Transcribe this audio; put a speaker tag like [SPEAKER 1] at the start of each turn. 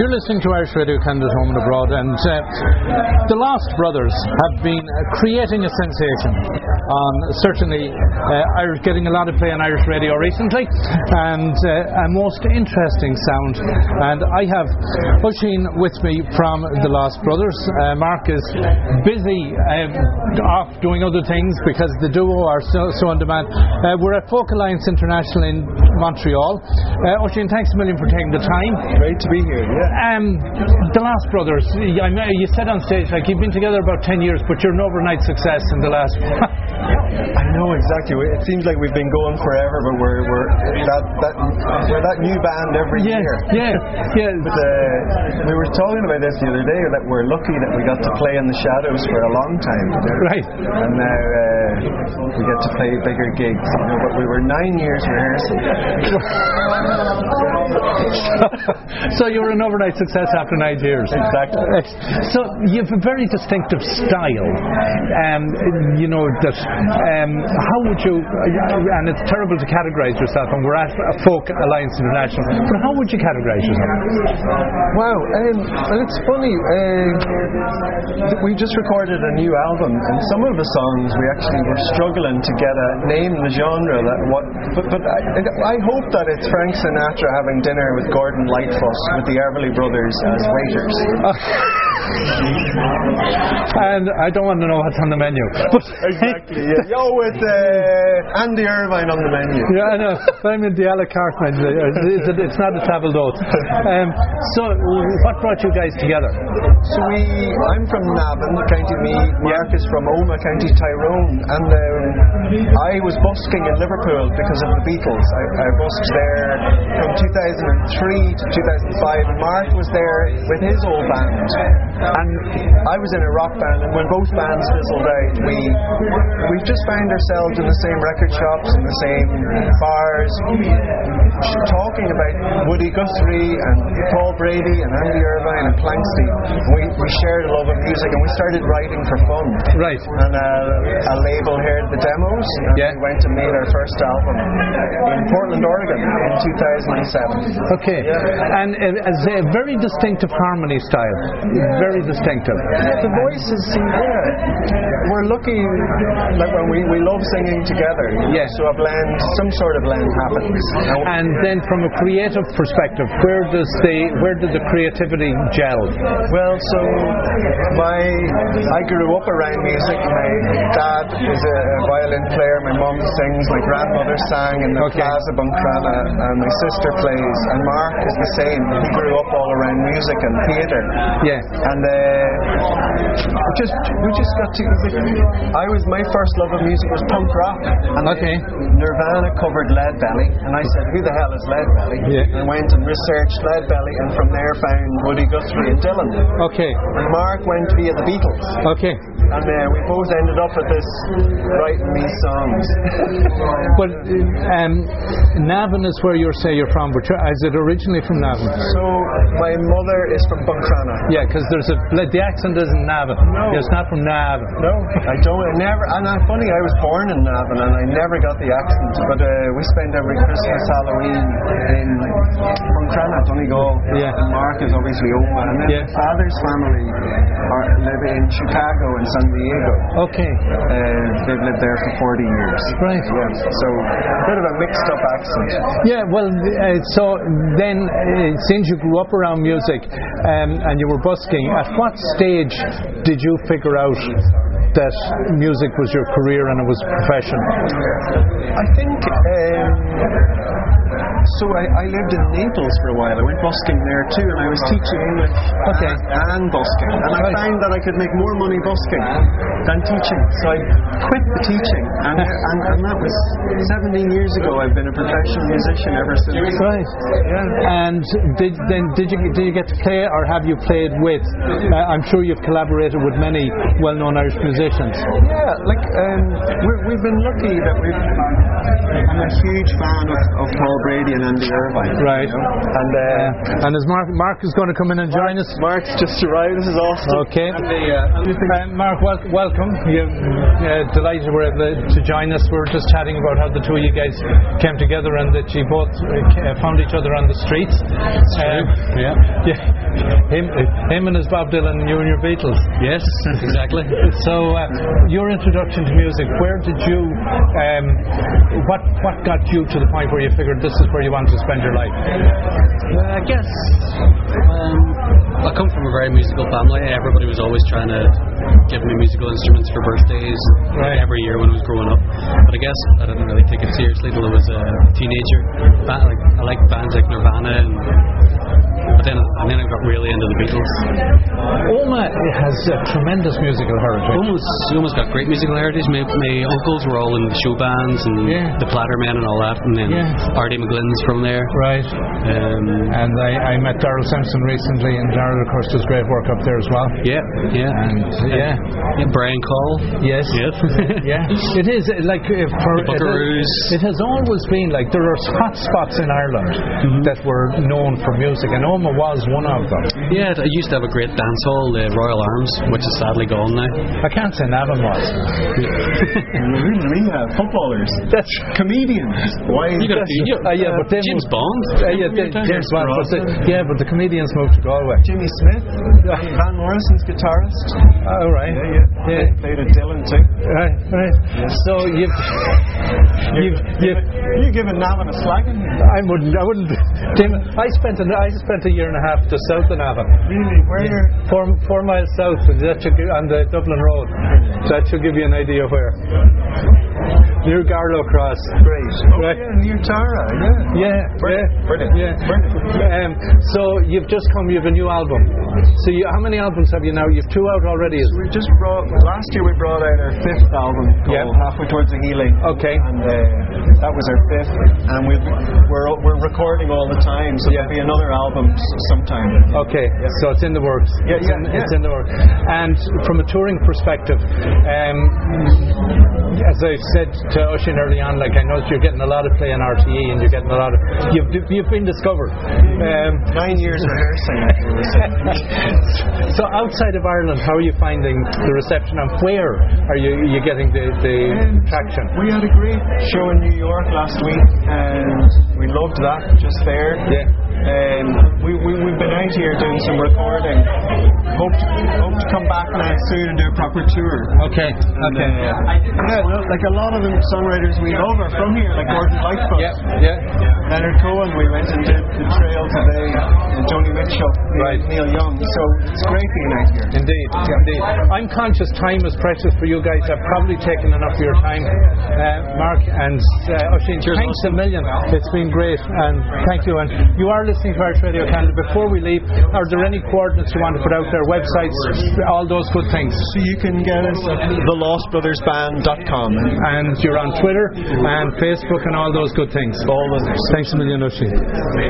[SPEAKER 1] You're listening to Irish Radio Canada's Home and Abroad, and uh, the Lost Brothers have been uh, creating a sensation. On certainly, uh, Irish getting a lot of play on Irish radio recently, and uh, a most interesting sound. And I have Usheen with me from the Lost Brothers. Uh, Mark is busy um, off doing other things because the duo are so, so on demand. Uh, we're at Folk Alliance International in Montreal. Uh, Usheen, thanks a million for taking the time.
[SPEAKER 2] Great to be here. Yeah.
[SPEAKER 1] Um, the Last Brothers, y- I know you said on stage like you've been together about 10 years, but you're an overnight success in the last.
[SPEAKER 2] I know exactly. It seems like we've been going forever, but we're we're that that we're that new band every
[SPEAKER 1] yeah,
[SPEAKER 2] year.
[SPEAKER 1] yeah, yeah.
[SPEAKER 2] But, uh, we were talking about this the other day that we're lucky that we got to play in the shadows for a long time.
[SPEAKER 1] Right.
[SPEAKER 2] And now uh, we get to play bigger gigs. You know, but we were nine years rehearsing.
[SPEAKER 1] so you're an overnight success after nine years.
[SPEAKER 2] Exactly.
[SPEAKER 1] So you have a very distinctive style, um, you know that. Um, how would you? And it's terrible to categorise yourself, and we're at Folk Alliance International. But how would you categorise yourself?
[SPEAKER 2] Wow, um, and it's funny. Uh, we just recorded a new album, and some of the songs we actually were struggling to get a name, the genre. That what, but but I, I hope that it's Frank Sinatra having dinner with Gordon Lightfoot with the Everly Brothers as waiters.
[SPEAKER 1] And I don't want to know what's on the menu. But
[SPEAKER 2] Exactly. Yeah. Yo, with uh, Andy Irvine on the menu.
[SPEAKER 1] yeah, I know. I'm in the a la carte menu. It's, it's- it's not a table d'hote. Um, so, what brought you guys together?
[SPEAKER 2] So we, I'm from Navan, County Meath. Mark is from Oma, County Tyrone, and um, I was busking in Liverpool because of the Beatles. I, I busked there from 2003 to 2005. Mark was there with his old band, and I was in a rock band. And when both bands fizzled out, we we just found ourselves in the same record shops, in the same bars, talking about Woody Guthrie and Paul Brady and Andy Irvine and Planksty. We, we shared a love of music and we started writing for fun.
[SPEAKER 1] Right.
[SPEAKER 2] And uh, a label heard the demos and
[SPEAKER 1] Yeah.
[SPEAKER 2] we went and made our first album in Portland, Oregon in 2007.
[SPEAKER 1] Okay. And uh, it's a very distinctive harmony style. Very distinctive.
[SPEAKER 2] The voices, yeah. We're lucky, like when we, we love singing together.
[SPEAKER 1] Yeah.
[SPEAKER 2] So a blend, some sort of blend happens. And
[SPEAKER 1] And then, from a creative perspective, where does the where did the creativity gel?
[SPEAKER 2] Well, so my I grew up around music. My dad is a violin player. My mom sings. My grandmother sang in the
[SPEAKER 1] Okay.
[SPEAKER 2] Plaza Buncrana, and my sister plays. And Mark is the same. He grew up all around music and theatre.
[SPEAKER 1] Yeah.
[SPEAKER 2] And uh, we just we just got to. I was my first love of music was punk rock. And
[SPEAKER 1] Okay.
[SPEAKER 2] Nirvana covered Lead Belly, and I said, "Who the hell is Lead Belly?"
[SPEAKER 1] Yeah.
[SPEAKER 2] And went and researched Lead Belly, and from there found Woody Guthrie and Dylan.
[SPEAKER 1] Okay.
[SPEAKER 2] And Mark went via the Beatles,
[SPEAKER 1] Okay.
[SPEAKER 2] and uh, we both ended up with this writing these songs.
[SPEAKER 1] But um, Navan is where you say you're from, but you're- is it originally from Navan?
[SPEAKER 2] so my mother is from Buncrana.
[SPEAKER 1] Yeah, because there's a like, the accent isn't Navan.
[SPEAKER 2] No.
[SPEAKER 1] It's not from Navan.
[SPEAKER 2] No, I don't. I never. And uh, funny, I was born in Navan, and I never got the accent. But uh, we spend every Christmas, Halloween in Buncrana, Donegal.
[SPEAKER 1] Yeah.
[SPEAKER 2] And Mark is obviously Oma, and then
[SPEAKER 1] Yeah.
[SPEAKER 2] my father's family are live in Chicago and San Diego.
[SPEAKER 1] Okay.
[SPEAKER 2] Uh, they've lived there for 40 years.
[SPEAKER 1] Right.
[SPEAKER 2] Yeah, so a bit of a mixed up accent.
[SPEAKER 1] Yeah, well, uh, so then, uh, since you grew up around music um, and you were busking, at what stage did you figure out that music was your career and it was a profession?
[SPEAKER 2] I think. Um, so I, I lived in Naples for a while. I went busking there too, and I was teaching English
[SPEAKER 1] Okay.
[SPEAKER 2] and, and busking. And
[SPEAKER 1] Right.
[SPEAKER 2] I found that I could make more money busking than teaching. So I quit the teaching, and, and, and that was 17 years ago. I've been a professional musician ever since.
[SPEAKER 1] Right. And did, then did you did you get to play or have you played with? Uh, I'm sure you've collaborated with many well-known Irish musicians.
[SPEAKER 2] Yeah, like um, we're, we've been lucky that we've. I'm a huge fan of, of Paul Brady Murphy and Andy Irvine.
[SPEAKER 1] Right.
[SPEAKER 2] you know? And uh,
[SPEAKER 1] And is Mark Mark is going to come in and join us?
[SPEAKER 2] Mark's just arrived. This is awesome.
[SPEAKER 1] Okay.
[SPEAKER 2] Andy, uh, Andy's been-
[SPEAKER 1] Uh, Mark, wel- welcome. You're uh, delighted we're able to join us. We were just chatting about how the two of you guys came together and that you both uh, c- uh, found each other on the streets. Uh,
[SPEAKER 3] Yeah.
[SPEAKER 1] yeah. Him, him and his Bob Dylan, and you and your Beatles.
[SPEAKER 3] Yes, exactly.
[SPEAKER 1] So, uh, your introduction to music, where did you, um, what, what got you to the point where you figured this is where you want to spend your life?
[SPEAKER 3] Uh, I guess um, I come from a very musical family. Everybody was always trying to give me musical instruments for birthdays
[SPEAKER 1] Right.
[SPEAKER 3] like every year when I was growing up. But I guess I didn't really take it seriously till I was a teenager. Ba- like, I liked bands like Nirvana, and, but then and then I got really into the Beatles.
[SPEAKER 1] Oma has a tremendous musical heritage.
[SPEAKER 3] Almost, almost got great musical heritage. My, my uncles were all in show bands and
[SPEAKER 1] Yeah.
[SPEAKER 3] the Plattermen and all that, and then
[SPEAKER 1] Yeah.
[SPEAKER 3] Artie McGlynn's from there.
[SPEAKER 1] Right.
[SPEAKER 3] Um,
[SPEAKER 1] And I, I met Daryl Simpson recently, and Daryl, of course, does great work up there as well.
[SPEAKER 3] yeah, yeah,
[SPEAKER 1] And yeah,
[SPEAKER 3] yeah. Brian Cole.
[SPEAKER 1] yes, yeah. It is uh, like uh, for
[SPEAKER 3] The Buckaroos.
[SPEAKER 1] It, has, it has always been like there are hot spots in Ireland that were known for music, and Oma was one of them.
[SPEAKER 3] Yeah, I used to have a great dance hall, the Royal Arms, which is sadly gone now.
[SPEAKER 1] I can't say Navan was.
[SPEAKER 2] We we have uh, footballers. That's comedians. Why?
[SPEAKER 3] You got a few.
[SPEAKER 1] Uh, yeah, but then-
[SPEAKER 3] James Bond.
[SPEAKER 1] Uh, yeah, they- there's one, but the, yeah, but the comedians moved to Galway.
[SPEAKER 2] Jimmy Smith, Van Morrison's guitarist.
[SPEAKER 1] All right.
[SPEAKER 2] yeah. Played at Dylan too.
[SPEAKER 1] Right, right. So you've, you've, you've,
[SPEAKER 2] You give a Navin a slagging here.
[SPEAKER 1] I wouldn't. I wouldn't. Tim, I spent an, I spent a year and a half just south of Navan,
[SPEAKER 2] Really? Where?
[SPEAKER 1] four, four miles south. That should give, on the Dublin Road. That should give you an idea where. Near Garlow Cross.
[SPEAKER 2] Great. Oh,
[SPEAKER 1] Right.
[SPEAKER 2] yeah, near Tara, yeah.
[SPEAKER 1] Yeah. yeah.
[SPEAKER 2] Brilliant.
[SPEAKER 1] Yeah.
[SPEAKER 2] Brilliant.
[SPEAKER 1] Um, so you've just come. You've a new album. So you, how many albums have you now? You've two out already. is-
[SPEAKER 2] We just brought, last year we brought out our fifth album called
[SPEAKER 1] Yeah.
[SPEAKER 2] Halfway Towards the Healing.
[SPEAKER 1] Okay.
[SPEAKER 2] And uh, that was our fifth. And we've, we're, we're recording all the time, so
[SPEAKER 1] Yeah.
[SPEAKER 2] there'll be another album s- sometime.
[SPEAKER 1] Okay, so it's in the works.
[SPEAKER 2] Yeah,
[SPEAKER 1] it's,
[SPEAKER 2] yeah,
[SPEAKER 1] in,
[SPEAKER 2] yeah.
[SPEAKER 1] it's in the works. And from a touring perspective, um, as I said to Ocean early on, like I noticed you're getting a lot of play on RTE, and you're getting a lot of you've you've been discovered. Um,
[SPEAKER 2] Nine years rehearsing. as we were saying.
[SPEAKER 1] so outside of Ireland, how are you finding the reception, and where are you you getting the, the
[SPEAKER 2] Um,
[SPEAKER 1] traction?
[SPEAKER 2] We had a great show in New York last week, and we loved that just there.
[SPEAKER 1] Yeah.
[SPEAKER 2] Um, we, we, we've been out here doing some recording. Hope to, hope to come back now soon and do a proper tour.
[SPEAKER 1] Okay,
[SPEAKER 2] And,
[SPEAKER 1] okay.
[SPEAKER 2] uh, yeah, well, like a lot of the songwriters we love are from here, like Gordon Lightfoot.
[SPEAKER 1] Yeah, yeah.
[SPEAKER 2] Leonard Cohen, we went and did the trail today, and Joni Mitchell, Neil-
[SPEAKER 1] Right.
[SPEAKER 2] Neil Young. So it's great being out here.
[SPEAKER 1] Indeed, indeed. Um, I'm conscious time is precious for you guys. I've probably taken enough of your time, uh, Mark and uh, Oisin.
[SPEAKER 3] Cheers,
[SPEAKER 1] thanks a million. It's been great, and thank you. And you are listening to Irish Radio Canada. Before we leave, are there any coordinates you want to put out there? Websites, all those good things.
[SPEAKER 2] So you can get us at thelostbrothersband.com.
[SPEAKER 1] And you're on Twitter and Facebook and all those good things.
[SPEAKER 2] All those.
[SPEAKER 1] Thanks a million, Oisin.